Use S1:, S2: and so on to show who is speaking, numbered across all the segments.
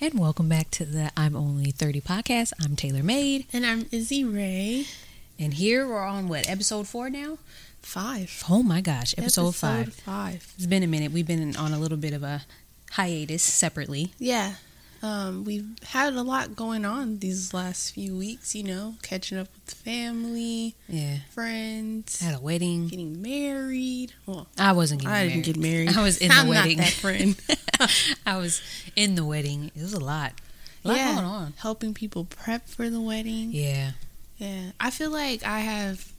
S1: And welcome back to the I'm Only 30 podcast. I'm Taylor Made.
S2: And I'm Izzy Ray.
S1: And here we're on what, episode four now?
S2: Five.
S1: Oh my gosh, episode, five.
S2: Five.
S1: It's been a minute. We've been on a little bit of a hiatus separately.
S2: Yeah. Um, we've had a lot going on these last few weeks, you know, catching up with family,
S1: Yeah.
S2: friends,
S1: At a wedding.
S2: getting married. Well,
S1: I wasn't getting
S2: I
S1: married.
S2: didn't get married.
S1: I was in
S2: I'm
S1: the wedding.
S2: Not that friend.
S1: I was in the wedding. It was a lot. A lot going on.
S2: Helping people prep for the wedding.
S1: Yeah.
S2: Yeah. I feel like I have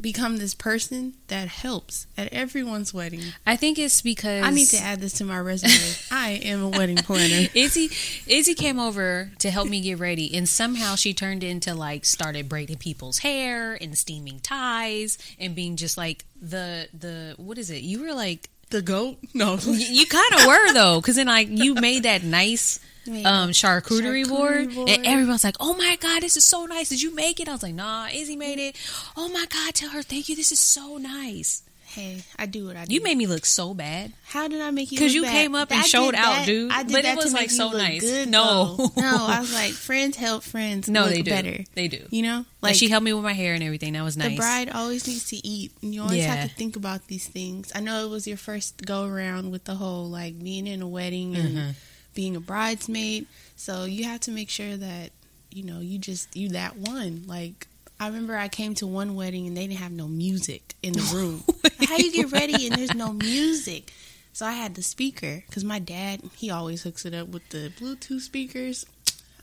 S2: become this person that helps at everyone's wedding.
S1: I think it's because
S2: I need to add this to my resume. I am a wedding planner.
S1: Izzy Izzy came over to help me get ready and somehow she turned into like started braiding people's hair and steaming ties and being just like the the what is it? You were like
S2: The goat? No.
S1: y- you kind of were though cuz then like you made that nice
S2: Made
S1: um charcuterie,
S2: charcuterie
S1: board,
S2: board.
S1: and everyone's like, "Oh my god, this is so nice. Did you make it?" I was like, "Nah, Izzy made it." "Oh my god, tell her thank you. This is so nice."
S2: Hey, I do what I do.
S1: You made me look so bad.
S2: How did I make you?
S1: Because you
S2: look bad?
S1: came up and
S2: I did
S1: showed out,
S2: that-
S1: dude.
S2: I did
S1: But it
S2: that to
S1: was, like,
S2: make you
S1: so
S2: look
S1: nice.
S2: Good,
S1: No.
S2: though. no, I was like, friends help friends.
S1: No,
S2: look
S1: they do.
S2: better.
S1: They do.
S2: You know,
S1: Like,
S2: like
S1: she helped me with my hair and everything. That was
S2: the
S1: nice.
S2: bride always needs to eat, and you always
S1: Yeah.
S2: have to think about these things. I know it was your first go around with the whole like being in a wedding
S1: Mm-hmm.
S2: and being a bridesmaid, so you have to make sure that you know you just you that one. Like I remember I came to one wedding and they didn't have no music in the room. How you get ready and there's no music? So I had the speaker because my dad he always hooks it up with the Bluetooth speakers.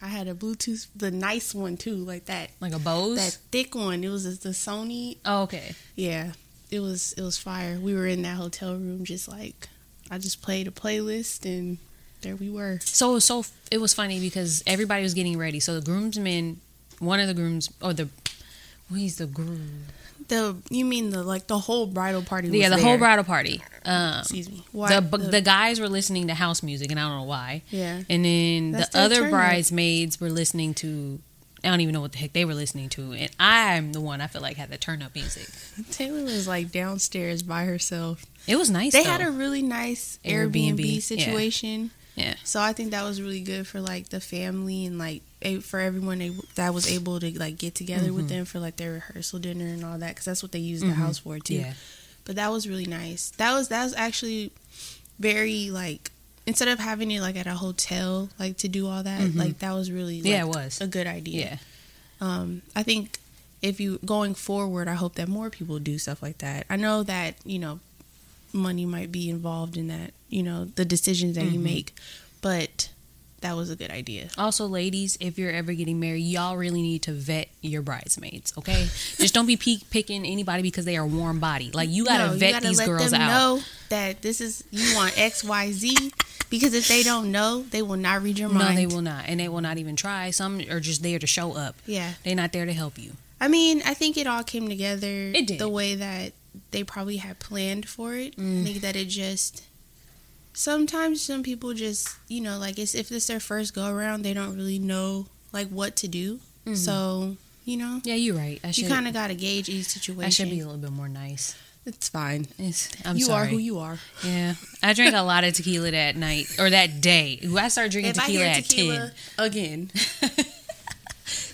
S2: I had a Bluetooth, the nice one too, like that
S1: like a Bose.
S2: that thick one. It was the Sony.
S1: oh, okay.
S2: Yeah, it was it was fire. We were in that hotel room, just like I just played a playlist, and there we were.
S1: So it was so it was funny because everybody was getting ready. So the groomsmen, one of the grooms or the well, he's the groom.
S2: The you mean the like the whole bridal party? Was
S1: yeah, the whole
S2: there.
S1: bridal party. Um,
S2: Excuse me.
S1: the, the the guys were listening to house music, and I don't know why.
S2: yeah.
S1: And then
S2: That's
S1: the
S2: their
S1: other
S2: turn up.
S1: bridesmaids were listening to. I don't even know what the heck they were listening to, and I'm the one I feel like had the turn up music.
S2: Taylor was like downstairs by herself.
S1: It was nice.
S2: They
S1: though.
S2: had a really nice
S1: Airbnb,
S2: Airbnb,
S1: yeah.
S2: situation.
S1: yeah.
S2: So I think that was really good for like the family and like a- for everyone they, that was able to like get together with
S1: Mm-hmm.
S2: them for like their rehearsal dinner and all that because that's what they use the house for too.
S1: Yeah.
S2: But that was really nice. That was that was actually very like instead of having it like at a hotel like to do all that like that was really like,
S1: Mm-hmm. Yeah, it was.
S2: a good idea.
S1: Yeah.
S2: Um, I think if you going forward, I hope that more people do stuff like that. I know that you know money might be involved in that, you know, the decisions that you
S1: Mm-hmm.
S2: make, but that was a good idea.
S1: Also, ladies, if you're ever getting married, y'all really need to vet your bridesmaids, okay? Just don't be pe- picking anybody because they are warm body. Like you gotta
S2: No,
S1: vet these girls
S2: them
S1: out.
S2: know that this is you want X Y Z because if they don't know, they will not read your
S1: No,
S2: mind.
S1: they will not, and they will not even try. Some are just there to show up.
S2: Yeah,
S1: They're not there to help you.
S2: I mean, I think it all came together.
S1: It did.
S2: the way that they probably had planned for it.
S1: Mm.
S2: I think that it just sometimes some people just you know like it's if it's their first go around, they don't really know like what to do. So you know,
S1: Yeah, you're right. Mm-hmm. I should.
S2: you kind of gotta gauge each situation.
S1: I should be a little bit more nice.
S2: It's fine.
S1: It's, I'm
S2: you
S1: sorry.
S2: are who you are.
S1: yeah, I drank a lot of tequila that night or that day. Ooh, I started drinking
S2: If I
S1: tequila
S2: hear
S1: at ten.
S2: tequila again,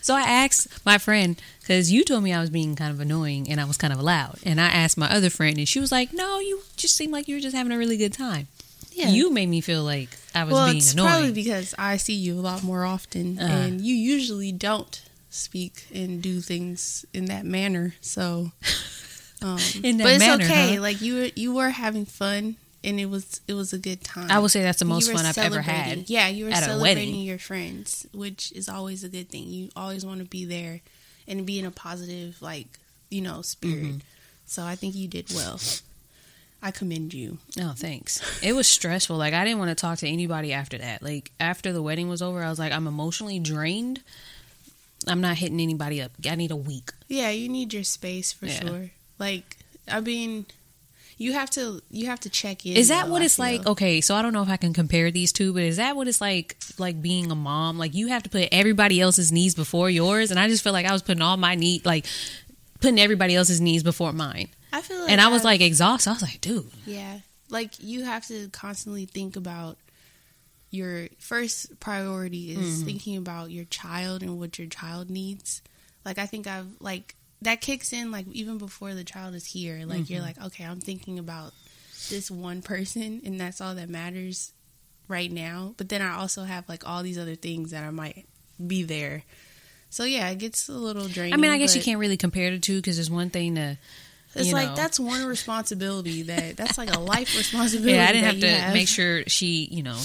S1: So I asked my friend because you told me I was being kind of annoying and I was kind of loud, and I asked my other friend, and she was like, "No, you just seem like you were just having a really good time."
S2: yeah,
S1: You made me feel like I was
S2: well,
S1: being
S2: it's
S1: annoying.
S2: probably because I see you a lot more often,
S1: Uh-huh.
S2: and you usually don't speak and do things in that manner. So, um,
S1: In that
S2: but it's
S1: manner,
S2: okay.
S1: huh?
S2: Like you, were, you were having fun, and it was it was a good time.
S1: I will say that's the
S2: You
S1: most
S2: were
S1: fun I've ever
S2: celebrating-
S1: had.
S2: Yeah, you were
S1: at a
S2: celebrating
S1: wedding.
S2: your friends, which is always a good thing. You always want to be there and
S1: Mm-hmm.
S2: be in a positive, like you know, spirit. So I think you did well. I commend you.
S1: No, Oh, thanks. It was stressful. Like I didn't want to talk to anybody after that. Like after the wedding was over, I was like, I'm emotionally drained. I'm not hitting anybody up. I need a week.
S2: Yeah, you need your space for
S1: Yeah.
S2: sure. Like, I mean, you have to you have to check in.
S1: Is that
S2: though,
S1: what
S2: I
S1: it's like?
S2: feel.
S1: Okay, so I don't know if I can compare these two, but is that what it's like like being a mom? Like you have to put everybody else's needs before yours, and I just feel like I was putting all my need like putting everybody else's needs before mine.
S2: I feel, like
S1: And I was
S2: I've-
S1: like exhausted. I was like, dude,
S2: yeah, like you have to constantly think about your first priority is
S1: Mm-hmm.
S2: thinking about your child and what your child needs. Like, I think I've like that kicks in like even before the child is here. Like, you're
S1: Mm-hmm.
S2: like, okay, I'm thinking about this one person, and that's all that matters right now. But then I also have like all these other things that I might be there. So yeah, it gets a little draining.
S1: I mean, I guess you
S2: but-
S1: can't really compare the two because there's one thing to.
S2: It's
S1: you
S2: like
S1: know.
S2: that's one responsibility that that's like a life responsibility.
S1: Yeah, I didn't
S2: that
S1: have to
S2: you have.
S1: make sure she, you know,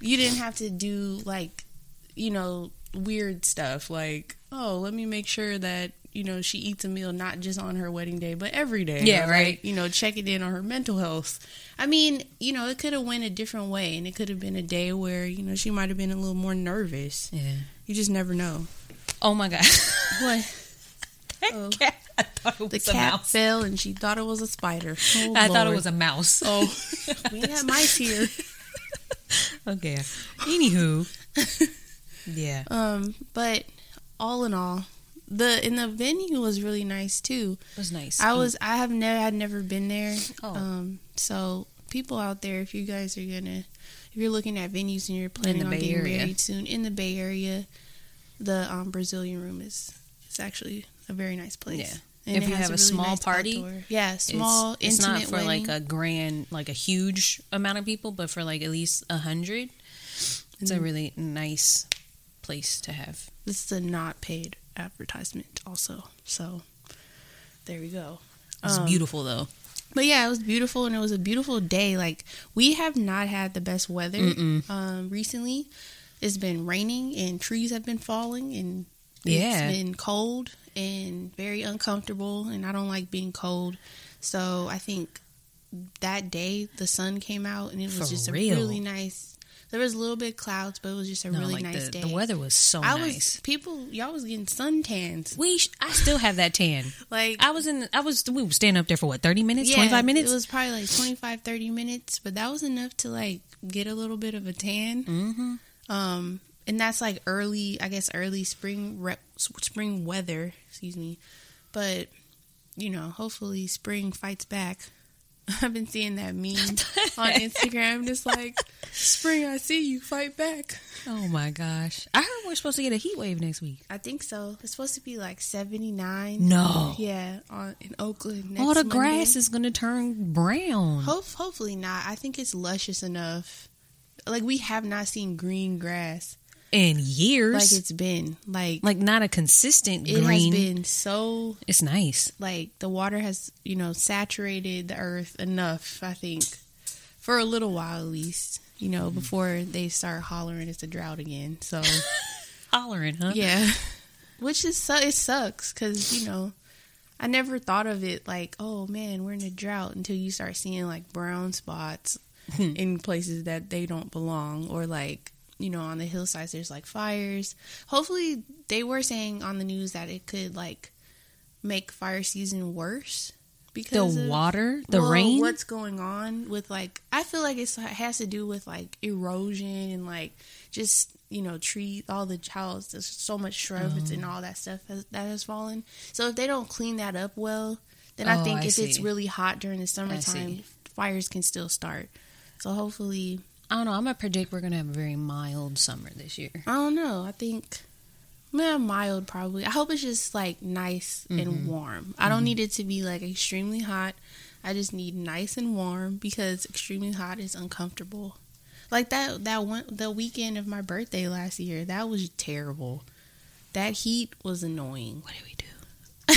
S2: you didn't have to do like you know weird stuff like oh let me make sure that you know she eats a meal not just on her wedding day but every day
S1: Yeah,
S2: Or, like,
S1: right.
S2: you know checking in on her mental health i mean you know it could have went a different way and it could have been a day where you know she might have been a little more nervous
S1: yeah.
S2: you just never know
S1: Oh my god.
S2: what Oh.
S1: cat, I thought it
S2: the
S1: was a
S2: cat
S1: mouse.
S2: fell and she thought it was a spider Oh,
S1: I thought it
S2: Lord.
S1: was a mouse.
S2: oh we have mice here
S1: okay. Anywho. yeah.
S2: Um, but all in all, the and the venue was really nice too.
S1: It was nice.
S2: I was I have never I'd never been there.
S1: Oh.
S2: Um, so people out there, if you guys are gonna if you're looking at venues and you're planning
S1: the
S2: on
S1: Bay
S2: getting
S1: Area.
S2: married soon in the Bay Area, the um, Brazilian room is it's actually a very nice place.
S1: Yeah.
S2: And
S1: If
S2: it
S1: you
S2: has
S1: have a
S2: really
S1: small party,
S2: outdoor- yeah,
S1: It's-
S2: small
S1: it's,
S2: intimate
S1: not for
S2: wedding.
S1: like a grand, like a huge amount of people, but for like at least a 100 It's a
S2: Mhm.
S1: really nice place to have.
S2: this is a not paid advertisement also. So there we go.
S1: It's
S2: Um,
S1: beautiful though.
S2: But yeah, it was beautiful and it was a beautiful day. Like we have not had the best weather
S1: Mm-mm.
S2: um recently. It's been raining and trees have been falling and
S1: Yeah.
S2: it's been cold and very uncomfortable and I don't like being cold. So I think that day the sun came out and it was
S1: For
S2: just
S1: real.
S2: a really nice there was a little bit clouds, but it was just a
S1: No,
S2: really
S1: like
S2: nice
S1: the,
S2: day.
S1: the weather was so
S2: I
S1: nice.
S2: was people y'all was getting suntans.
S1: we, sh- I still have that tan.
S2: Like
S1: I was in. I was. We were staying up there for what thirty minutes,
S2: Yeah,
S1: twenty five minutes.
S2: It was probably like 25, 30 minutes, but that was enough to like get a little bit of a tan.
S1: mm-hmm.
S2: Um, and that's like early, I guess, early spring re- s- spring weather. Excuse me, but you know, hopefully spring fights back. I've been seeing that meme on Instagram. It's like spring, I see you fight back.
S1: Oh my gosh! I heard we're supposed to get a heat wave next week.
S2: I think so. It's supposed to be like seventy nine.
S1: No,
S2: Yeah, on, in Oakland. Next
S1: all the
S2: Monday.
S1: grass is gonna turn brown.
S2: Hope, hopefully not. I think it's luscious enough. Like we have not seen green grass
S1: in
S2: like
S1: years, like,
S2: it's been. Like,
S1: not a consistent
S2: it
S1: green.
S2: has been so
S1: it's nice.
S2: like the water has you know saturated the earth enough. I think for a little while at least. You know, before they start hollering it's a drought again. So
S1: Hollering, huh?
S2: yeah, which is su- it sucks because you know. I never thought of it like, oh man, we're in a drought until you start seeing like brown spots in places that they don't belong or like you know on the hillsides there's like fires hopefully they were saying on the news that it could like make fire season worse
S1: the
S2: because of,
S1: water, the
S2: well,
S1: rain.
S2: what's going on with like i feel like it's, it has to do with like erosion and like just you know tree all the child's there's so much shrubs
S1: Oh.
S2: and all that stuff has, that has fallen so if they don't clean that up well then i
S1: Oh,
S2: think
S1: I
S2: if it's
S1: see.
S2: really hot during the summertime fires can still start so hopefully
S1: I don't know. I'm gonna predict we're gonna have a very mild summer this year.
S2: I don't know. I think yeah, mild probably. I hope it's just like nice
S1: Mm-hmm.
S2: and warm. I don't need it to be like extremely hot. I just need nice and warm because extremely hot is uncomfortable. Like that that one the weekend of my birthday last year, that was terrible. That heat was annoying.
S1: What do we do?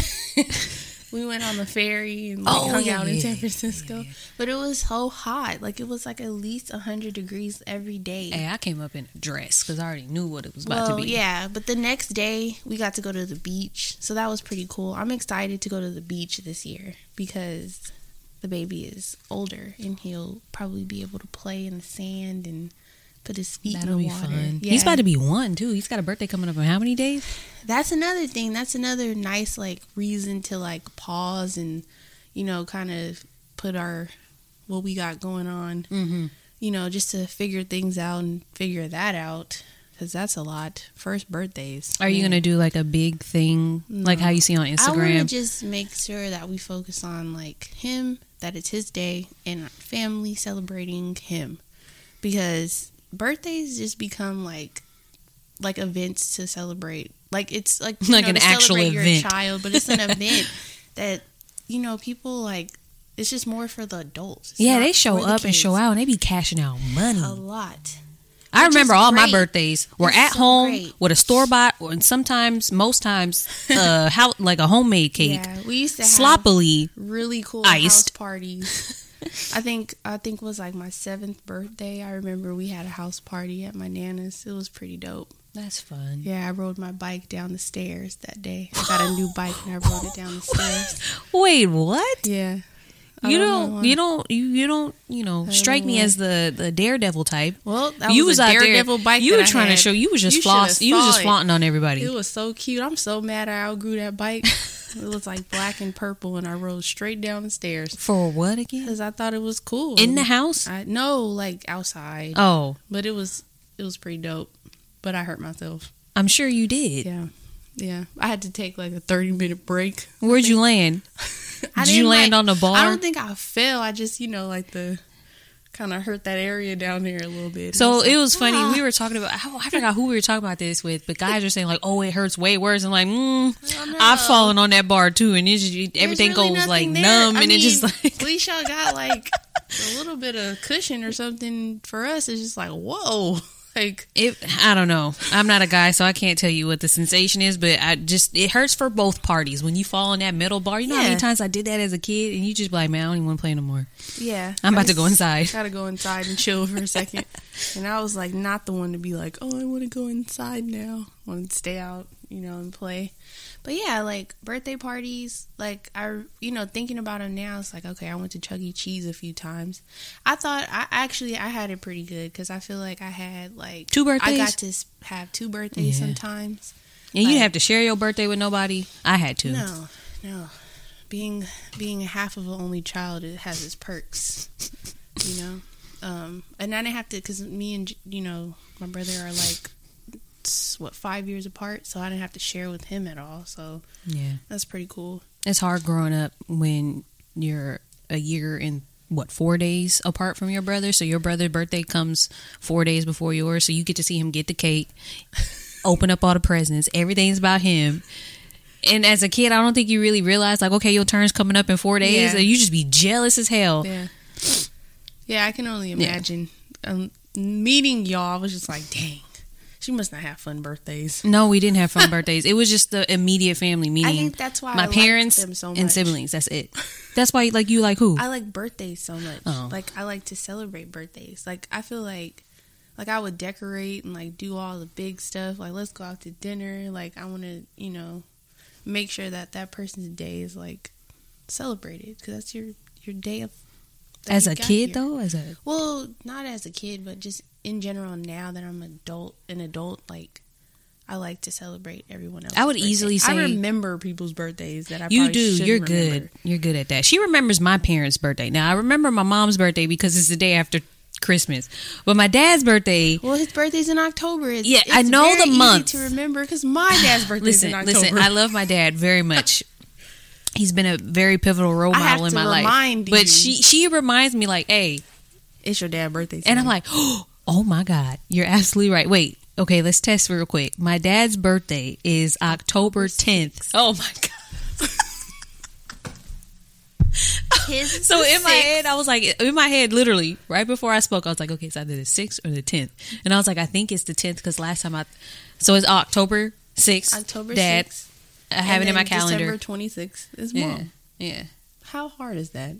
S2: We went on the ferry and like
S1: Oh,
S2: hung
S1: yeah,
S2: out
S1: yeah,
S2: in San
S1: yeah,
S2: Francisco,
S1: yeah, yeah.
S2: but it was so hot. Like it was like at least 100 degrees every day.
S1: Hey, I came up in a dress because I already knew what it was about
S2: well,
S1: to be.
S2: yeah, but the next day we got to go to the beach, so that was pretty cool. I'm excited to go to the beach this year because the baby is older and he'll probably be able to play in the sand and put his feet
S1: That'll
S2: in the
S1: be
S2: water.
S1: fun.
S2: Yeah.
S1: He's about to be one too. He's got a birthday coming up in how many days?
S2: That's another thing. That's another nice like reason to like pause and you know kind of put our what we got going on.
S1: Mm-hmm.
S2: You know, just to figure things out and figure that out because that's a lot. First birthdays.
S1: Are you
S2: Man.
S1: gonna do like a big thing, like how you see on
S2: I want to
S1: Instagram?
S2: just make sure that we focus on like him, that it's his day, and our family celebrating him, because birthdays just become like like events to celebrate. Like it's like you
S1: Like
S2: know,
S1: an
S2: to
S1: actual
S2: celebrate your
S1: event.
S2: child, but it's an event that you know people like. It's just more for the adults. It's
S1: yeah,
S2: not
S1: they show
S2: for the
S1: up and show
S2: kids.
S1: out, and they be cashing out money.
S2: a lot.
S1: I
S2: Which is
S1: remember all my
S2: great.
S1: birthdays were
S2: It's
S1: at
S2: so
S1: home
S2: great.
S1: with a store bought, or and sometimes, most times, uh, how like a homemade cake,
S2: Yeah, we used to have
S1: sloppily.
S2: really cool house
S1: Iced.
S2: parties. I think I think it was like my seventh birthday. I remember we had a house party at my nana's. It was pretty dope.
S1: That's fun.
S2: Yeah, I rode my bike down the stairs that day. I got a new bike and I rode it down the stairs.
S1: Wait, what?
S2: Yeah, I
S1: You
S2: rode
S1: don't,
S2: my-
S1: you don't, you you don't, you know, strike me
S2: know.
S1: as the the daredevil type.
S2: Well, that
S1: you
S2: was, a
S1: out there-
S2: daredevil bike.
S1: You
S2: that
S1: were
S2: I
S1: trying
S2: had.
S1: to show. You was just
S2: You shoulda
S1: floss. You was
S2: saw
S1: just
S2: it.
S1: flaunting on everybody.
S2: It was so cute. I'm so mad I outgrew that bike. it was like black and purple, and I rode straight down the stairs
S1: For what again?
S2: because I thought it was cool.
S1: In the house?
S2: I no, like outside.
S1: Oh,
S2: But it was it was pretty dope. But I hurt myself.
S1: I'm sure you did.
S2: Yeah. Yeah. I had to take like a 30 minute break.
S1: Where'd you land?
S2: I
S1: Did you
S2: didn't,
S1: land
S2: like-
S1: on the bar?
S2: I don't think I fell. I just, you know, like the kind of hurt that area down there a little bit.
S1: So
S2: And I
S1: it
S2: like,
S1: was funny.
S2: "Ah."
S1: We were talking about I, I forgot who we were talking about this with, but guys are saying like, "Oh, it hurts way worse." And like, mm, I've fallen on that bar too, and it's just,
S2: Oh, There's
S1: everything
S2: really
S1: goes
S2: nothing
S1: like
S2: there.
S1: numb,
S2: I
S1: and it just
S2: mean,
S1: like
S2: at least y'all got like a little bit of cushion or something. For us, it's just like whoa, like
S1: it. I don't know. I'm not a guy, so I can't tell you what the sensation is, but I just it hurts for both parties when you fall on that metal bar. You know how many
S2: Yeah.
S1: times I did that as a kid, and you just be like, "Man, I don't even want to play no more.
S2: yeah.
S1: I'm about
S2: I
S1: to go
S2: just
S1: inside."
S2: Gotta go inside and chill for a second. and I was like, not the one to be like, oh, I want to go inside now. Want to stay out, you know, and play. But yeah, like birthday parties, like I, you know, thinking about them now, it's like, okay, I went to Chuck E. Cheese a few times. I thought I actually I had it pretty good because I feel like I had like
S1: Two
S2: I
S1: birthdays?
S2: got to s- have two birthdays
S1: Yeah.
S2: sometimes.
S1: And you didn't
S2: Like-
S1: have to share your birthday with nobody. I had to.
S2: No, no, being being half of an only child, it has its perks. you know. Um, and I didn't have to because me and you know my brother are like s- what five years apart, so I didn't have to share with him at all. So
S1: Yeah,
S2: that's pretty cool.
S1: it's hard growing up when you're a year and what four days apart from your brother. So your brother's birthday comes four days before yours, so you get to see him get the cake, open up all the presents. Everything's about him. And as a kid, I don't think you really realize like, okay, your turn's coming up in four days,
S2: Yeah.
S1: and you just be jealous as hell.
S2: Yeah, yeah, I can only imagine um, meeting y'all. I was just like, dang, she must not have fun birthdays.
S1: No, we didn't have fun birthdays. It was just the immediate family meeting.
S2: think that's why I
S1: my
S2: liked
S1: parents
S2: them so
S1: and
S2: much.
S1: siblings. That's it. That's why, like, you like who?
S2: I like birthdays so much.
S1: Oh.
S2: Like I like to celebrate birthdays. Like I feel like like I would decorate and like do all the big stuff. Like let's go out to dinner. Like I want to, you know, make sure that that person's day is like celebrated cuz that's your your day of that
S1: as
S2: you
S1: a
S2: got
S1: kid,
S2: here.
S1: though, as a
S2: Well, not as a kid, but just in general now that I'm adult an adult like I like to celebrate everyone else.
S1: I would easily
S2: I
S1: say-
S2: remember people's birthdays that I
S1: You
S2: probably
S1: do.
S2: shouldn't
S1: You're
S2: remember.
S1: good. You're good at that. She remembers my parents' birthday. Now I remember my mom's birthday because it's the day after Christmas. But my dad's birthday.
S2: Well, his birthday's in October. It's,
S1: Yeah,
S2: it's
S1: I know
S2: very
S1: the month.
S2: easy to remember because my dad's birthday's
S1: Listen,
S2: in October.
S1: listen. I love my dad very much. He's been a very pivotal role
S2: I
S1: model
S2: have
S1: in
S2: to
S1: my
S2: remind
S1: life. But
S2: you.
S1: she she reminds me like, hey,
S2: it's your dad's birthday,
S1: and I'm
S2: son.
S1: like, oh my god, you're absolutely right. Wait, okay, let's test real quick. My dad's birthday is October 10th. Oh my god.
S2: his is
S1: So
S2: the
S1: in my
S2: sixth.
S1: head, I was like, in my head, literally, right before I spoke, I was like, okay, it's either the sixth or the tenth, and I was like, I think it's the tenth because last time I, so it's October sixth.
S2: October
S1: Dad,
S2: 6th,
S1: I have it
S2: and
S1: in my
S2: then
S1: calendar.
S2: December 26th is
S1: Yeah,
S2: mom.
S1: yeah.
S2: How hard is that?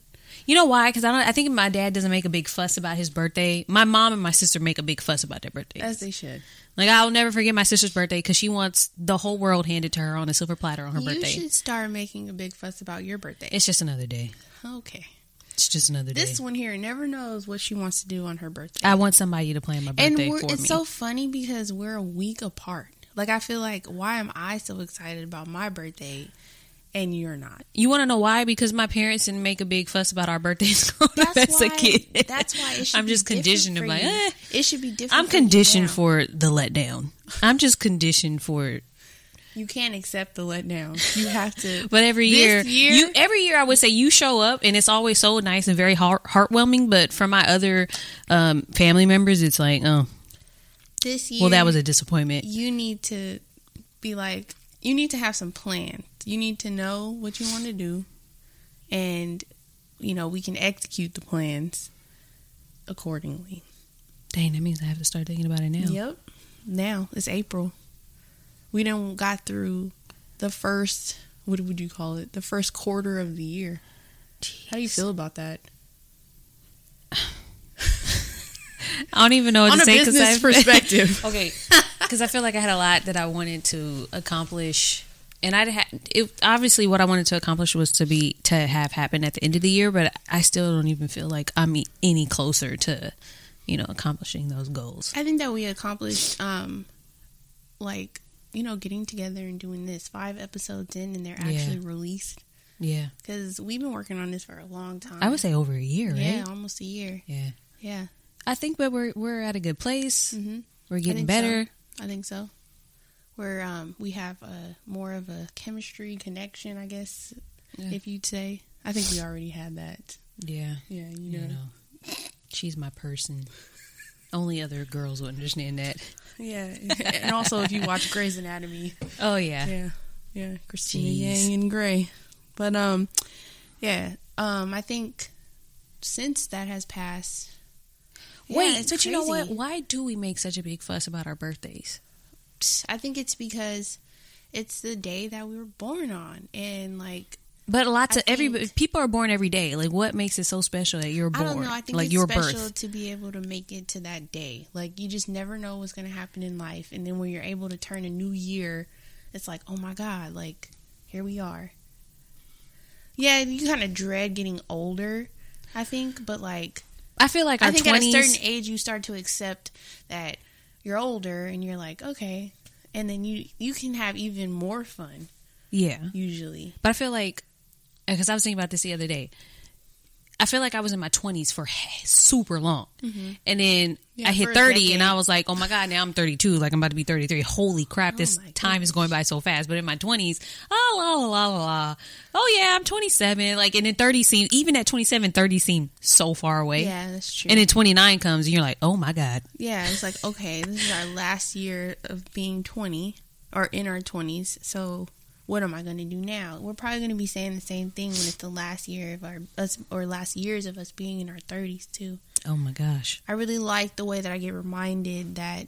S1: You know why? Because I don't. I think my dad doesn't make a big fuss about his birthday. My mom and my sister make a big fuss about their birthday.
S2: As they should.
S1: like I'll never forget my sister's birthday because she wants the whole world handed to her on a silver platter on her
S2: You
S1: birthday.
S2: should start making a big fuss about your birthday.
S1: It's just another day.
S2: Okay.
S1: It's just another
S2: This
S1: day.
S2: one here never knows what she wants to do on her birthday.
S1: I want somebody to plan my
S2: and
S1: birthday
S2: we're,
S1: for
S2: it's
S1: me.
S2: so funny because we're a week apart. Like I feel like why am I so excited about my birthday and you're not?
S1: you want to know why? Because my parents didn't make a big fuss about our birthdays growing up as a kid.
S2: That's why it should
S1: I'm
S2: be
S1: just
S2: different
S1: conditioned to
S2: for
S1: be like,
S2: you.
S1: eh.
S2: it should be different.
S1: I'm
S2: for you
S1: conditioned
S2: now.
S1: for the letdown. I'm just conditioned for
S2: you can't accept the letdown. You have to.
S1: But every
S2: This
S1: year,
S2: year-
S1: you every year I would say you show up and it's always so nice and very heart, heartwarming. But for my other um, family members, it's like, oh,
S2: this year,
S1: well, that was a disappointment.
S2: you need to be like you need to have some plan. You need to know what you want to do, and you know we can execute the plans accordingly.
S1: Dang, that means I have to start thinking about it now.
S2: Yep. Now it's April. We done got through the first what would you call it? The first quarter of the year. How do you feel about that?
S1: I don't even know what
S2: On
S1: to
S2: a
S1: say because
S2: business
S1: I
S2: perspective.
S1: okay, because I feel like I had a lot that I wanted to accomplish, and I had it. Obviously, what I wanted to accomplish was to be to have happen at the end of the year, but I still don't even feel like I'm e- any closer to, you know, accomplishing those goals.
S2: I think that we accomplished um like, you know, getting together and doing this five episodes in and they're
S1: Yeah.
S2: actually released.
S1: Yeah,
S2: Because we've been working on this for a long time.
S1: I would say over a year, right?
S2: Yeah, almost a year.
S1: yeah. Mm.
S2: Yeah.
S1: I think that we're we're at a good place.
S2: hmm
S1: We're getting
S2: think
S1: better.
S2: I think so. Where um, we have a more of a chemistry connection, I guess,
S1: Yeah.
S2: if you'd say. I think we already had that.
S1: Yeah,
S2: Yeah,
S1: you
S2: you know.
S1: know, she's my person. Only other girls would understand that.
S2: Yeah, and also if you watch Grey's Anatomy,
S1: Oh yeah,
S2: yeah, yeah, Christina
S1: Jeez.
S2: Yang and Grey. But um, yeah, um, I think since that has passed, yeah,
S1: Wait, but
S2: it's
S1: you know what?
S2: crazy.
S1: Why do we make such a big fuss about our birthdays?
S2: I think it's because it's the day that we were born on, and like
S1: But lots
S2: I
S1: of every
S2: think-
S1: people are born every day. Like, what makes it so special that you're born?
S2: I don't know. I think
S1: like
S2: it's
S1: your
S2: special
S1: birth.
S2: to be able to make it to that day. Like you just never know what's going to happen in life, and then when you're able to turn a new year, it's like, oh my god, like here we are. Yeah, you kind of dread getting older, I think, but like
S1: I feel like
S2: I
S1: our
S2: think
S1: twenties.
S2: at a certain age you start to accept that you're older, and you're like, okay, and then you you can have even more fun
S1: yeah,
S2: usually.
S1: but I feel like because I was thinking about this the other day. I feel like I was in my twenties for he- super long, and then
S2: Mm-hmm. Yeah,
S1: I
S2: for
S1: hit
S2: a
S1: thirty,
S2: decade.
S1: and I was like, "Oh my god, now I'm 32. Like I'm about to be 33. Holy crap, this
S2: Oh my
S1: time is going by so fast." But in my twenties, oh la la la la la. Oh yeah, I'm 27. Like and then 30 seemed even at 27, 30 seemed so far away.
S2: Yeah, that's true.
S1: And then 29 comes, and you're like, "Oh my god,
S2: Yeah, it's like okay, this is our last year of being twenty or in our twenties. So what am I going to do now? We're probably going to be saying the same thing when it's the last year of our us or last years of us being in our thirties too.
S1: oh my gosh."
S2: I really like the way that I get reminded that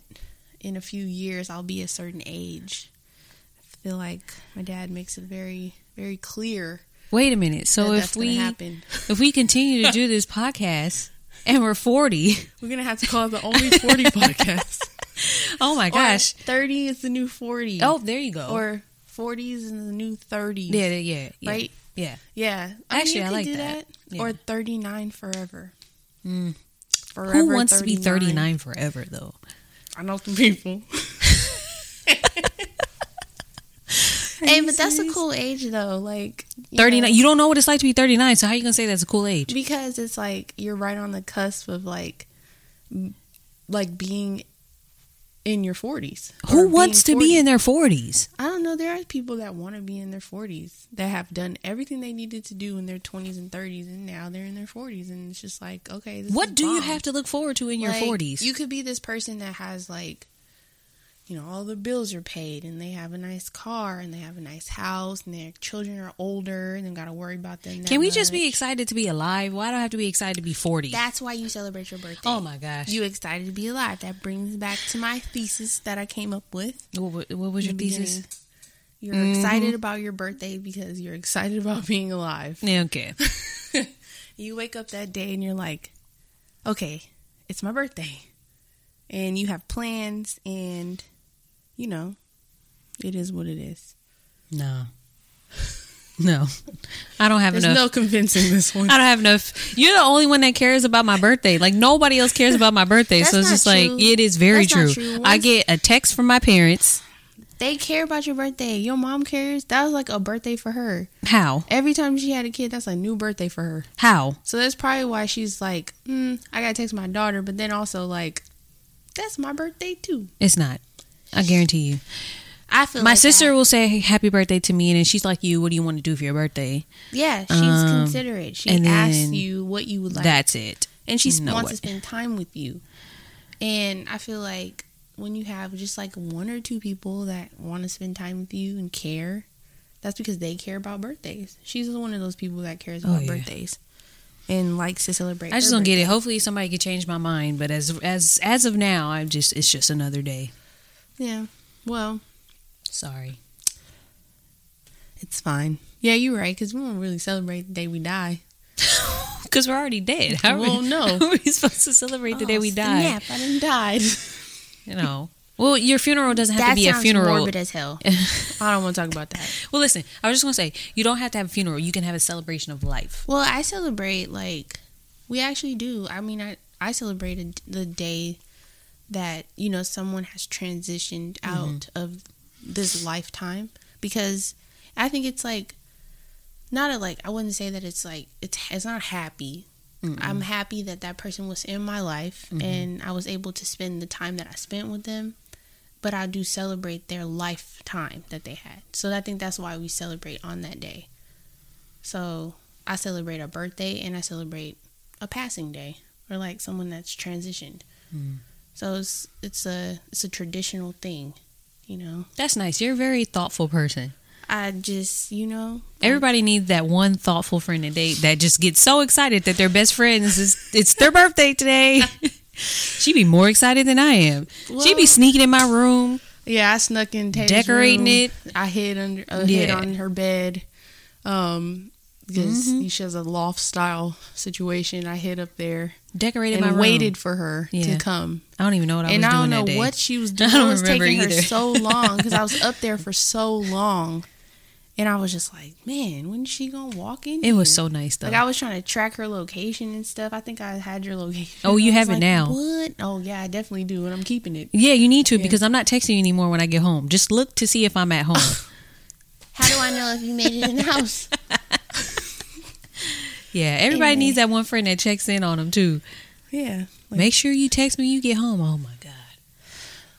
S2: in a few years I'll be a certain age. I feel like my dad makes it very very clear
S1: Wait a minute. So
S2: that
S1: if
S2: that's going
S1: we
S2: to happen.
S1: if we continue to do this podcast and we're 40,
S2: We're going to have to call it the only forty podcast.
S1: oh my gosh.
S2: Or thirty is the new forty.
S1: oh, there you go.
S2: or 40s and the new 30s.
S1: yeah, yeah, yeah, yeah.
S2: Right?
S1: Yeah.
S2: Yeah.
S1: Actually,
S2: you
S1: I
S2: could
S1: like
S2: do
S1: that. Yeah.
S2: Or 39 forever. Hmm.
S1: Mm.
S2: Forever
S1: Who wants to be 39 forever though?
S2: I know some people. hey, but that's a cool age though. Like you
S1: 39.
S2: know,
S1: You don't know what it's like to be 39, so how you going to say that's a cool age?
S2: because it's like you're right on the cusp of like m- like being in your 40s. or
S1: Who
S2: being
S1: wants to
S2: 40.
S1: be in their 40s?
S2: I don't know. There are people that want to be in their 40s that have done everything they needed to do in their 20s and 30s, and now they're in their 40s, and it's just like, okay, this
S1: What do you have to look forward to in your 40s?
S2: You could be this person that has like, you know, all the bills are paid, and they have a nice car, and they have a nice house, and their children are older, and they got to worry about them. that
S1: Can we just
S2: much.
S1: be excited to be alive? Why do I have to be excited to be 40?
S2: That's why you celebrate your birthday.
S1: Oh my gosh.
S2: You excited to be alive. That brings me back to my thesis that I came up with.
S1: what, what- what was your
S2: in the
S1: thesis?
S2: beginning. You're
S1: Mm-hmm.
S2: excited about your birthday because you're excited about being alive.
S1: Yeah, okay.
S2: You wake up that day and you're like, okay, it's my birthday. And you have plans, and you know, it is what it is.
S1: No. No, I don't have
S2: There's
S1: enough.
S2: no convincing this one.
S1: I don't have enough. You're the only one that cares about my birthday. Like nobody else cares about my birthday. so
S2: That's
S1: it's just
S2: not
S1: like
S2: true.
S1: it is very
S2: That's not
S1: true.
S2: true.
S1: I
S2: Once-
S1: get a text from my parents.
S2: They care about your birthday. Your mom cares. That was like a birthday for her.
S1: How?
S2: Every time she had a kid, that's a new birthday for her.
S1: How?
S2: So that's probably why she's like, mm, I gotta text my daughter, but then also like, that's my birthday too.
S1: It's not. I guarantee you.
S2: I feel
S1: My sister will say hey, happy birthday to me, and then she's like, "You, what do you want to do for your birthday?"
S2: yeah, she's
S1: Um,
S2: considerate. She
S1: and
S2: asks
S1: then
S2: you what you would like,
S1: That's it.
S2: and she
S1: no
S2: wants
S1: way.
S2: to spend time with you. And I feel like when you have just like one or two people that want to spend time with you and care, that's because they care about birthdays. She's one of those people that cares
S1: Oh,
S2: about
S1: yeah.
S2: birthdays and likes to celebrate.
S1: I just
S2: her
S1: don't get it. Hopefully, somebody could change my mind. But as as as of now, I'm just it's just another day.
S2: birthday. Yeah. Well,
S1: Sorry.
S2: It's fine. Yeah, you're right. Because we won't really celebrate the day we die.
S1: Because we're already dead. How are we-
S2: Well, no.
S1: How are we supposed to celebrate the day we die?
S2: Oh, Snap! I done died.
S1: You know. Well, your funeral doesn't have to be a funeral.
S2: morbid as hell. I don't want to talk about that.
S1: Well, listen, I was just gonna say you don't have to have a funeral. You can have a celebration of life.
S2: Well, I celebrate like we actually do. I mean, I I celebrated the day that you know someone has transitioned out of this lifetime because I think it's like not a like I wouldn't say that it's like it's it's not happy I'm happy that that person was in my life
S1: Mm-hmm.
S2: and I was able to spend the time that I spent with them. But I do celebrate their lifetime that they had. So I think that's why we celebrate on that day. So I celebrate a birthday and I celebrate a passing day or like someone that's transitioned.
S1: Mm.
S2: So it's it's a it's a traditional thing, you know.
S1: That's nice. You're a very thoughtful person.
S2: I just you know
S1: Everybody needs that one thoughtful friend to date that just gets so excited that their best friends is it's their birthday today. she be more excited than I am. she be
S2: Well-
S1: sneaking in my room.
S2: Yeah, I snuck in Taylor's
S1: Decorating
S2: room.
S1: it.
S2: I hid under, uh, hid
S1: Yeah.
S2: on her bed, um, because
S1: Mm-hmm.
S2: she has a loft style situation. I hid up there
S1: Decorated my
S2: and
S1: room.
S2: waited for her
S1: Yeah.
S2: to come.
S1: I don't even know what I
S2: and
S1: was
S2: I
S1: doing
S2: don't know
S1: that day.
S2: what she was
S1: I
S2: doing.
S1: don't
S2: It was
S1: remember
S2: taking
S1: either.
S2: her so long because I was up there for so long, and I was just like, man, when is she gonna walk in?
S1: It was
S2: here?"
S1: so nice though.
S2: Like I was trying to track her location and stuff. I think I had your location.
S1: Oh, you
S2: I was
S1: have it
S2: like,
S1: now.
S2: What? Oh yeah, I definitely do, and I'm keeping it.
S1: yeah, you need to because I'm not texting you anymore when I get home. Just look to see if I'm at home.
S2: How do I know if you made it in the house?
S1: yeah, everybody
S2: Anyway.
S1: needs that one friend that checks in on them too.
S2: Yeah. Like,
S1: Make sure you text me when you get home. Oh my god.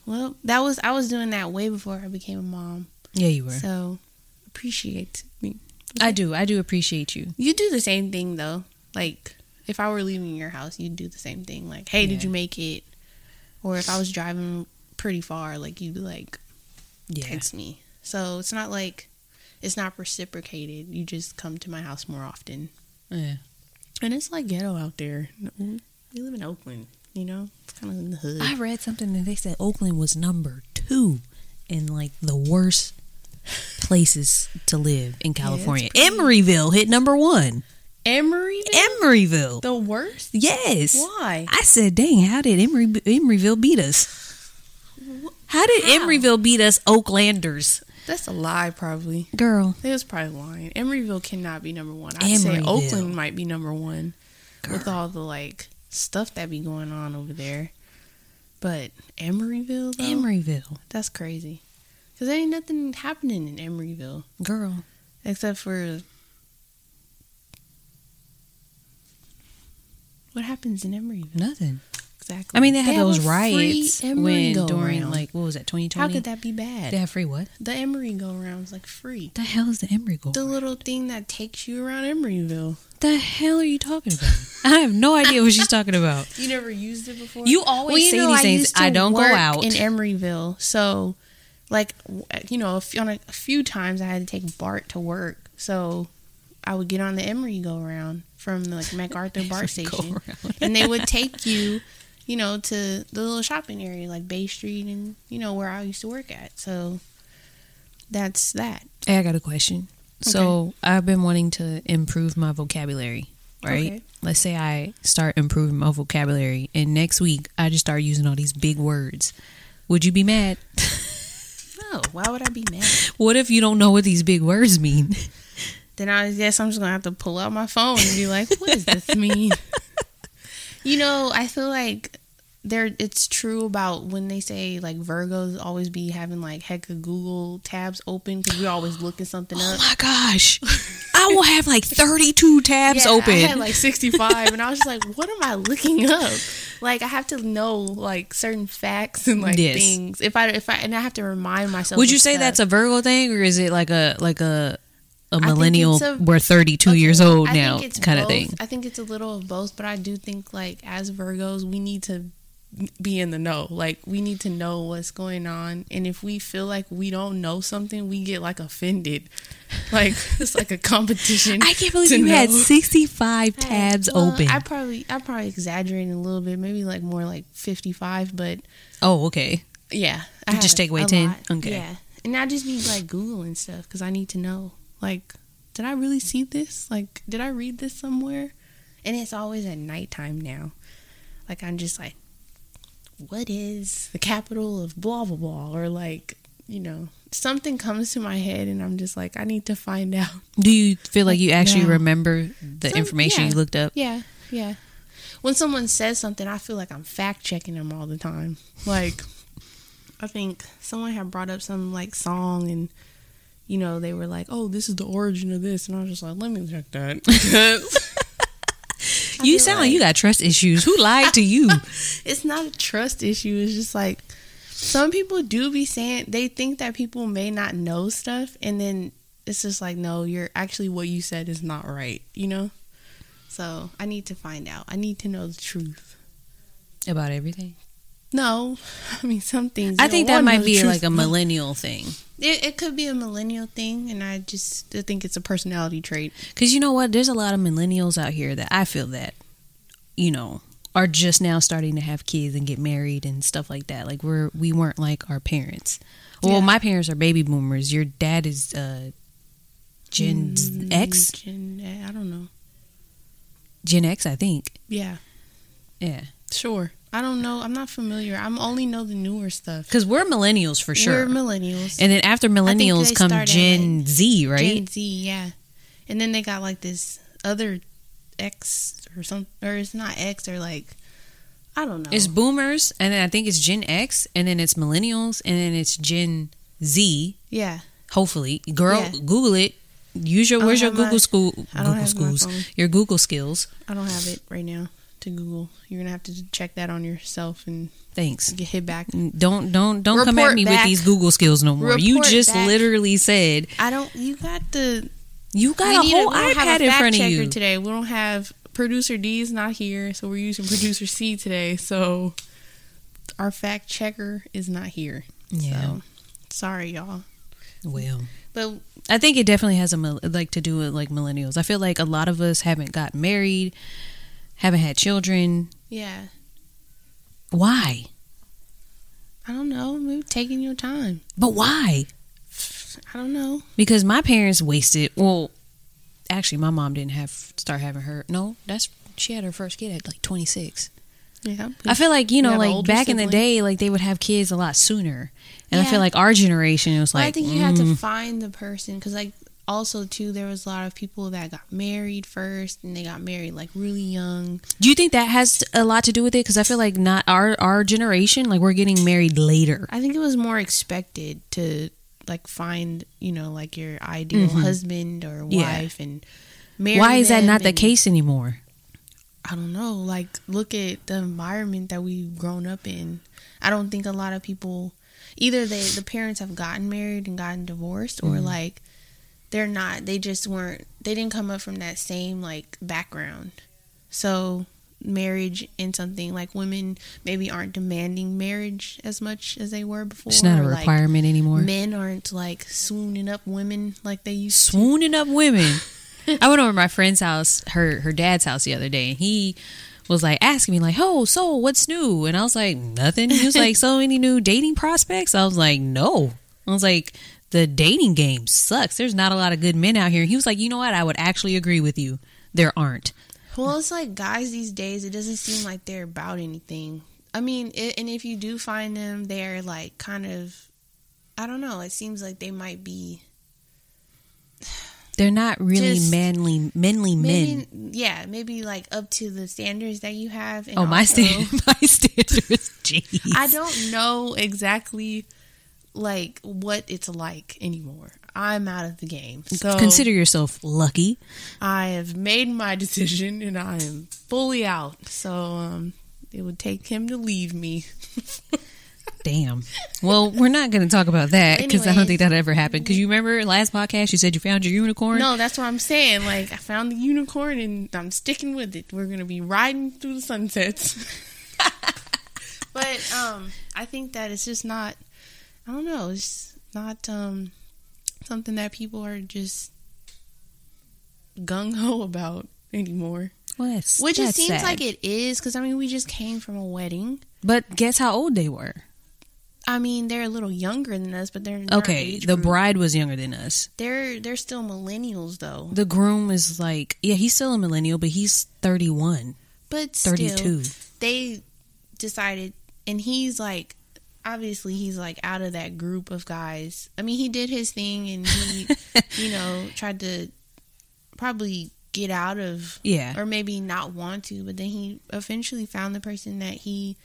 S2: well, that was I was doing that way before I became a mom.
S1: Yeah, you were.
S2: So appreciate me.
S1: I do. I do appreciate you.
S2: You do the same thing though. Like if I were leaving your house, you'd do the same thing. Like, hey, did
S1: Yeah.
S2: you make it? Or if I was driving pretty far, like you'd be like
S1: Yeah.
S2: text me. So it's not like it's not reciprocated. You just come to my house more often.
S1: yeah.
S2: And it's like ghetto out there. We live in Oakland, you know? It's kind of in the hood.
S1: I read something that they said Oakland was number two in like the worst places to live in California. Emeryville hit number one.
S2: Emory?
S1: Emeryville.
S2: The worst?
S1: Yes.
S2: Why?
S1: I said, dang, how did Emery, Emeryville beat us? How did
S2: How?
S1: Emeryville beat us Oaklanders?
S2: That's a lie, probably.
S1: Girl.
S2: They was probably lying. Emeryville cannot be number one. I'd say
S1: Emeryville.
S2: Oakland might be number one with
S1: Girl.
S2: all the like stuff that be going on over there. But Emeryville, though,
S1: Emeryville.
S2: that's crazy. Cause there ain't nothing happening in Emeryville
S1: Girl.
S2: except for what happens in Emeryville
S1: Nothing.
S2: exactly.
S1: I mean, they had
S2: have
S1: those
S2: a free
S1: riots when
S2: Emery
S1: during
S2: go-round.
S1: like what was that, twenty
S2: how
S1: twenty?
S2: could that be bad?
S1: They have free what?
S2: the Emery go round's like free.
S1: The hell is the Emory goal?
S2: The little thing that takes you around Emeryville.
S1: the hell are you talking about? I have no idea what she's talking about.
S2: You never used it before.
S1: You always
S2: you
S1: say
S2: know,
S1: these
S2: I
S1: things.
S2: used to
S1: I don't go
S2: work
S1: out.
S2: in Emeryville, so like w- you know, a few, on a, a few times I had to take BART to work, so I would get on the Emory go round from the, like MacArthur BART station,
S1: Go-round.
S2: and they would take you, you know, to the little shopping area like Bay Street and you know where I used to work at. So that's that.
S1: Hey, I got a question. So I've been wanting to improve my vocabulary, right?
S2: Okay.
S1: Let's say I start improving my vocabulary, and next week I just start using all these big words. Would you be mad?
S2: No, why would I be mad?
S1: What if you don't know what these big words mean?
S2: then I guess I'm just gonna have to pull out my phone and be like, "What does this mean?" you know, I feel like there it's true about when they say like Virgos always be having like heck of Google tabs open because we're always looking something
S1: Oh
S2: up.
S1: my gosh. I will have like 32 tabs
S2: Yeah,
S1: open.
S2: I had like 65, and I was just like, "What am I looking up?" Like, I have to know like certain facts and like
S1: Yes.
S2: things. If I if I and I have to remind myself.
S1: Would you say that's a Virgo thing or is it like a like a a
S2: think
S1: millennial
S2: it's a-
S1: we're 32 years old now kind of
S2: both.
S1: thing?
S2: I think it's a little of both, but I do think like as Virgos, we need to be in the know. Like, we need to know what's going on, and if we feel like we don't know something, we get like offended. Like it's like a competition.
S1: I can't believe
S2: to
S1: you had
S2: know.
S1: 65
S2: Hey,
S1: tabs
S2: well,
S1: open.
S2: I probably I probably exaggerated a little bit, maybe like more like fifty five, but
S1: oh, okay.
S2: yeah, I
S1: You just
S2: had
S1: take away
S2: a
S1: 10?
S2: lot.
S1: Okay.
S2: yeah, and I just be like googling stuff because I need to know. Like, did I really see this? Like, did I read this somewhere? And it's always at nighttime now. Like I'm just like, what is the capital of blah blah blah, or like you know something comes to my head and I'm just like I need to find out.
S1: Do you feel like you actually
S2: now.
S1: remember the
S2: Some-
S1: information
S2: yeah.
S1: you looked up?
S2: Yeah, yeah. When someone says something, I feel like I'm fact checking them all the time. Like, I think someone had brought up some like song, and you know they were like, "Oh, this is the origin of this," and I was just like, "Let me check that." 'Cause
S1: you
S2: feel
S1: sound like
S2: like-
S1: you got trust issues. Who lied to you?
S2: it's not a trust issue. It's just like some people do be saying they think that people may not know stuff, and then it's just like, no, you're actually what you said is not right. You know. So I need to find out. I need to know the truth.
S1: About everything.
S2: No, I mean some things.
S1: I
S2: you
S1: think that
S2: don't want
S1: might
S2: no
S1: be
S2: truth.
S1: like a millennial thing.
S2: It, it could be a millennial thing, and I just I think it's a personality trait.
S1: Because you know what? There's a lot of millennials out here that I feel that, you know, are just now starting to have kids and get married and stuff like that. Like we're we weren't like our parents. Well,
S2: Yeah.
S1: my parents are baby boomers. Your dad is uh, Gen
S2: Mm.
S1: Z- X,
S2: Gen, eh, I don't know.
S1: Gen X, I think.
S2: Yeah,
S1: Yeah,
S2: sure. I don't know. I'm not familiar. I'm only know the newer stuff.
S1: because we're millennials for sure.
S2: We're millennials.
S1: and then after millennials
S2: they
S1: come
S2: start at,
S1: Gen Z, right?
S2: Gen Z, yeah. And then they got like this other X or some, or it's not X or like I don't know.
S1: It's boomers, and then I think it's Gen X, and then it's millennials, and then it's Gen Z.
S2: yeah.
S1: hopefully girl
S2: Yeah.
S1: google it use your
S2: I don't
S1: where's your
S2: have my-
S1: google school
S2: I
S1: google
S2: don't have my
S1: schools
S2: phone.
S1: your google skills
S2: I don't have it right now to Google. You're gonna have to check that on yourself and
S1: thanks
S2: get hit back.
S1: don't don't don't come at
S2: Report
S1: me with
S2: back.
S1: these google skills no more you
S2: Report
S1: just
S2: back.
S1: literally said
S2: I don't. You got the.
S1: you got a
S2: need
S1: whole
S2: we don't have
S1: ipad
S2: a
S1: in
S2: fact
S1: front of
S2: checker
S1: you
S2: today. We don't have producer D's not here, so we're using producer C today. So our fact checker is not here.
S1: yeah
S2: So sorry, y'all.
S1: well
S2: But
S1: i think it definitely has a mil- like to do with like millennials i feel like a lot of us haven't got married haven't had children
S2: yeah,
S1: why
S2: I don't know. Maybe taking your time.
S1: but why
S2: I don't know.
S1: because my parents wasted well actually my mom didn't have start having her no that's she had her first kid at like 26
S2: Yeah,
S1: i feel like you know
S2: have an
S1: like
S2: older
S1: back in the
S2: sibling.
S1: day like they would have kids a lot sooner and i
S2: Yeah.
S1: feel like our generation it was
S2: But
S1: like
S2: I think you had to
S1: mm,
S2: find the person because, like, also too, there was a lot of people that got married first, and they got married like really young.
S1: do you think that has a lot to do with it because i feel like not our our generation like we're getting married later
S2: I think it was more expected to like find you know like your ideal husband or
S1: Mm-hmm. Yeah.
S2: wife and marry.
S1: why is that
S2: them
S1: not the
S2: and-
S1: case anymore
S2: I don't know. Like look at the environment that we've grown up in. I don't think a lot of people either they the parents have gotten married and gotten divorced or
S1: Mm-hmm.
S2: like they're not they just weren't they didn't come up from that same like background. So marriage and something like women maybe aren't demanding marriage as much as they were before.
S1: it's not a
S2: or, like,
S1: requirement anymore
S2: men aren't like swooning up women like they used to.
S1: swooning up women. I went over to my friend's house, her her dad's house the other day, and he was like asking me like, "Oh, so what's new?" And I was like, "Nothing." He was like, "So any new dating prospects?" I was like, "No." I was like, "The dating game sucks. There's not a lot of good men out here." He was like, "You know what? I would actually agree with you. There aren't."
S2: Well, it's like guys these days, it doesn't seem like they're about anything. I mean, i and if you do find them, they're like kind of, I don't know, it seems like they might be.
S1: They're not really
S2: Just-
S1: manly, manly men.
S2: Maybe, yeah, maybe like up to the standards that you have. And
S1: oh, my
S2: also-
S1: standard, my standard is jeez.
S2: I don't know exactly like what it's like anymore. I'm out of the game. So
S1: Consider yourself lucky.
S2: I have made my decision and I am fully out. So um it would take him to leave me.
S1: Damn. Well, we're not going to talk about that because I don't
S2: Anyways.
S1: think that ever happened. Because you remember last podcast, you said you found your unicorn.
S2: No, that's what I'm saying. Like I found the unicorn and I'm sticking with it. We're gonna be riding through the sunsets. but um I think that it's just not I don't know, it's not um something that people are just gung ho about anymore.
S1: well, that's,
S2: Which it
S1: that's
S2: seems
S1: sad.
S2: like it is, because I mean we just came from a wedding.
S1: But guess how old they were?
S2: I mean, they're a little younger than us, but they're in our
S1: Okay,
S2: age
S1: the
S2: group.
S1: bride was younger than us.
S2: they're they're still millennials though.
S1: The groom is like, yeah, he's still a millennial, but he's thirty-one.
S2: But
S1: 32.
S2: still, they decided, and he's like, obviously, he's like out of that group of guys. I mean, he did his thing, and he, you know, tried to probably get out of,
S1: Yeah,
S2: or maybe not want to, but then he eventually found the person that he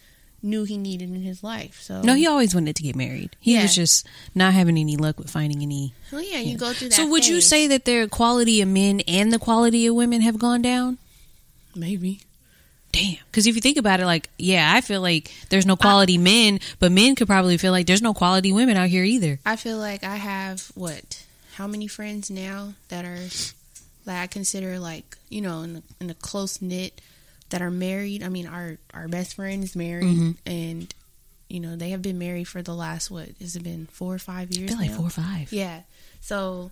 S2: knew he needed in his life. So
S1: no, he always wanted to get married. He
S2: Yeah.
S1: was just not having any luck with finding any.
S2: well, yeah, you go through that.
S1: So, would you
S2: phase.
S1: say that their quality of men and the quality of women have gone down?
S2: maybe?
S1: Damn. Because if you think about it, like, yeah, I feel like there's no quality men, but men could probably feel like there's no quality women out here either.
S2: I feel like I have what? How many friends now that are like I consider like you know in the, in the close knit that are married? I mean, our our best friend is married,
S1: Mm-hmm.
S2: and you know they have been married for the last what? Has it been four or five
S1: I
S2: years?
S1: feel like
S2: now?
S1: four or five.
S2: Yeah. So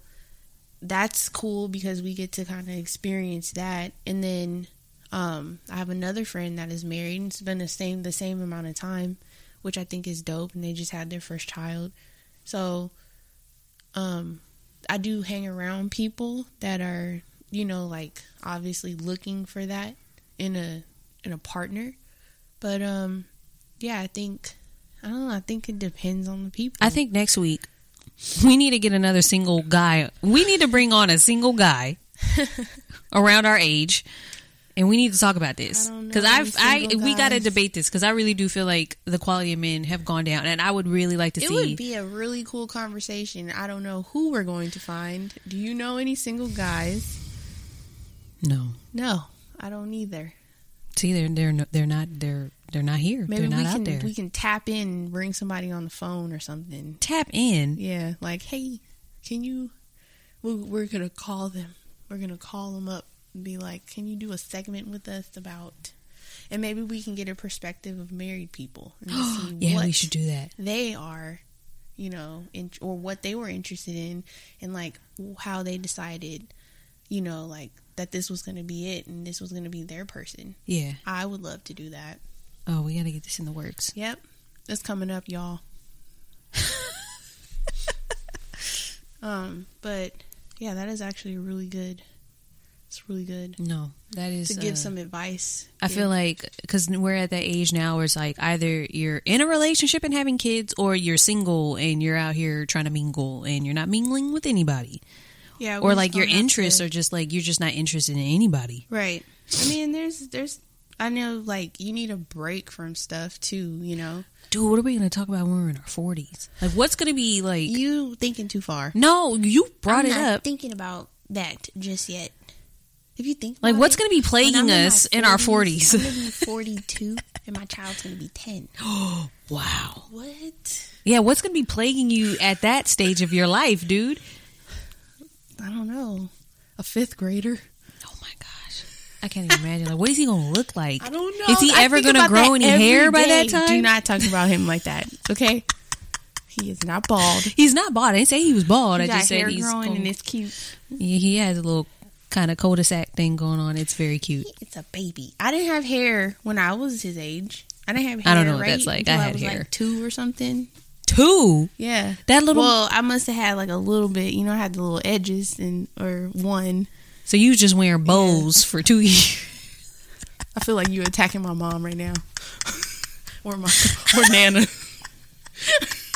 S2: that's cool because we get to kind of experience that. And then um, I have another friend that is married and it's been the same the same amount of time, which I think is dope. And they just had their first child. So um, I do hang around people that are you know like obviously looking for that in a in a partner. But um, yeah, I think I don't know. I think it depends on the people.
S1: I think next week we need to get another single guy. We need to bring on a single guy around our age, and we need to talk about this
S2: I don't know
S1: because
S2: any
S1: I've I
S2: single
S1: we got to
S2: guys.
S1: debate this because I really do feel like the quality of men have gone down, and I would really like to
S2: It
S1: see.
S2: would be a really cool conversation. I don't know who we're going to find. Do you know any single guys?
S1: no,
S2: No, I don't either.
S1: see, they're they're no, they're not they're they're not here.
S2: Maybe
S1: they're
S2: we
S1: not out
S2: can
S1: there.
S2: we can tap in and bring somebody on the phone or something.
S1: Tap in.
S2: Yeah, like hey, can you? We're, we're gonna call them. We're gonna call them up and be like, can you do a segment with us about? And maybe we can get a perspective of married people and see
S1: Yeah,
S2: what
S1: we should do that.
S2: they are, you know, in, or what they were interested in, and like how they decided, you know, like that this was going to be it and this was going to be their person.
S1: Yeah.
S2: I would love to do that.
S1: Oh, we got to get this in the works.
S2: Yep, it's coming up, y'all. um, but yeah, that is actually really good. It's really good
S1: No, that is
S2: to
S1: uh,
S2: give some advice.
S1: I feel like because we're at that age now where it's like either you're in a relationship and having kids, or you're single and you're out here trying to mingle and you're not mingling with anybody,
S2: yeah,
S1: or like your interests are just like you're just not interested in anybody.
S2: Right. I mean, there's there's I know like you need a break from stuff too, you know.
S1: Dude, what are we going to talk about when we're in our forties? Like, what's going to be like?
S2: You thinking too far.
S1: no, you brought
S2: I'm
S1: it
S2: not
S1: up.
S2: thinking about that just yet. If you think
S1: Like,
S2: about
S1: what's
S2: it,
S1: going to be
S2: when I'm
S1: plaguing
S2: in my
S1: us in our forties?
S2: 40s, I'm gonna be 42 and my child's gonna be 10.
S1: wow.
S2: What?
S1: Yeah, what's going to be plaguing you at that stage of your life, dude?
S2: I don't know. A fifth grader?
S1: Oh my gosh. I can't even imagine. Like, what is he going to look like?
S2: I don't know.
S1: Is he
S2: I
S1: ever
S2: think
S1: going to
S2: about
S1: grow
S2: that
S1: any hair
S2: every
S1: by that
S2: day.
S1: time?
S2: Do not talk about him like that, okay? he is not bald. He
S1: He's not bald. I didn't say he was bald. I
S2: got
S1: just said
S2: hair
S1: he's
S2: growing
S1: going-
S2: and it's cute.
S1: yeah, he has a little kind of cul-de-sac thing going on. It's very cute.
S2: It's a baby. I didn't have hair when I was his age. I didn't have hair.
S1: I don't know what
S2: right,
S1: that's like.
S2: until
S1: I had
S2: was
S1: hair.
S2: like two or something.
S1: Two.
S2: Yeah,
S1: That little-
S2: Well, I must have had like a little bit. You know, I had the little edges and or one.
S1: So you was just wearing bows for two years.
S2: I feel like you attacking my mom right now, or my or Nana.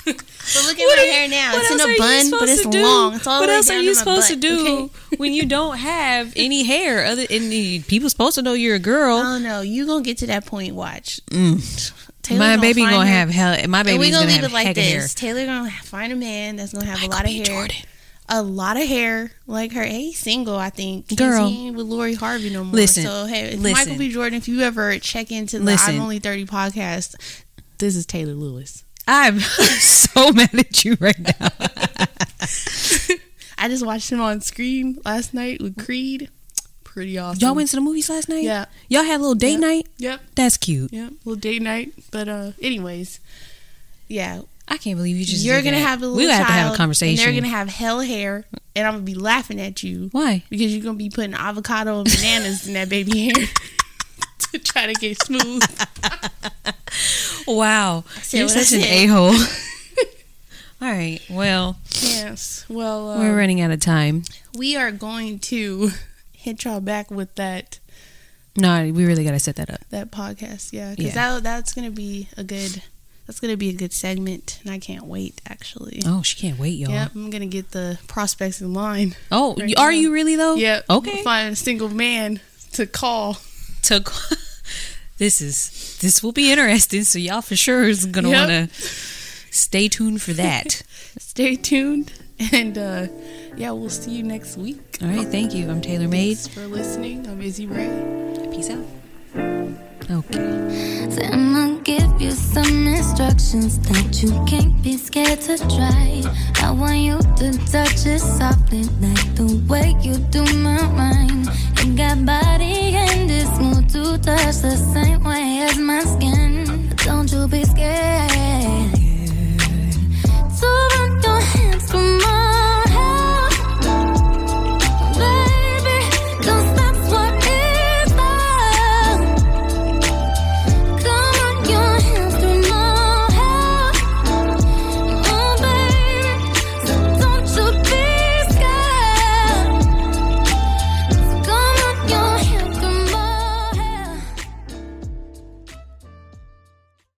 S2: But look at my hair now. It's in a bun, but it's long. It's all
S1: what
S2: the way
S1: else
S2: down
S1: are
S2: to
S1: you
S2: my
S1: supposed to
S2: butt,
S1: do
S2: okay?
S1: when you don't have any hair? Other and the- people supposed to know you're a girl. Mm.
S2: Oh no, you gonna get to that point. Watch. Taylor
S1: my
S2: gonna
S1: baby
S2: find
S1: gonna
S2: her-
S1: have hell. My
S2: And
S1: baby's
S2: we
S1: gonna,
S2: gonna leave
S1: have
S2: it like
S1: heck of
S2: this.
S1: hair.
S2: Taylor gonna find a man that's gonna have a lot of
S1: B.
S2: hair.
S1: Jordan.
S2: A lot of hair, like her. He's single, I think. 'cause
S1: Girl.
S2: he ain't with Lori Harvey no more.
S1: Listen,
S2: so hey, it's
S1: listen.
S2: Michael B. Jordan. If you ever check into the
S1: Listen.
S2: I'm Only Thirty podcast, this is Taylor Lewis.
S1: I'm so mad at you right now.
S2: I just watched him on screen last night with Creed. Pretty awesome.
S1: Y'all went to the movies last night.
S2: Yeah.
S1: Y'all had a little date
S2: Yep.
S1: night.
S2: Yep.
S1: That's cute.
S2: Yep. Little date night, but uh, anyways, yeah.
S1: I can't believe you just.
S2: You're
S1: did
S2: gonna
S1: that.
S2: have a little
S1: We have to
S2: child,
S1: have a
S2: and
S1: conversation.
S2: they're gonna have hell hair, and I'm gonna be laughing at you.
S1: Why?
S2: because you're gonna be putting avocado and bananas in that baby hair to try to get smooth.
S1: Wow.
S2: said
S1: You're
S2: what I
S1: such an
S2: said.
S1: a hole. All right. Well, um,
S2: yes. Well, uh,
S1: we're running out of time.
S2: we are going to hit y'all back with that
S1: No, we really got to set that up.
S2: that podcast. Yeah,
S1: Yeah.
S2: because that that's gonna be a good that's gonna be a good segment, and I can't wait actually.
S1: Oh, she can't wait, y'all.
S2: Yep, I'm gonna get the prospects in line.
S1: Oh,
S2: Right
S1: you- are
S2: now.
S1: you really though?
S2: Yep.
S1: Okay.
S2: Find a single man to call.
S1: Took. this is this will be interesting. So y'all for sure is gonna
S2: Yep.
S1: want to stay tuned for that.
S2: Stay tuned, and uh, yeah, we'll see you next week.
S1: All right. Thank you. I'm Taylor Maid.
S2: Thanks for listening. I'm Izzy Ray.
S1: Peace out. Okay.
S3: Then I'll give you some instructions that you can't be scared to try. I want you to touch it softly, like the way you do my mind. You got body and it's smooth to touch the same.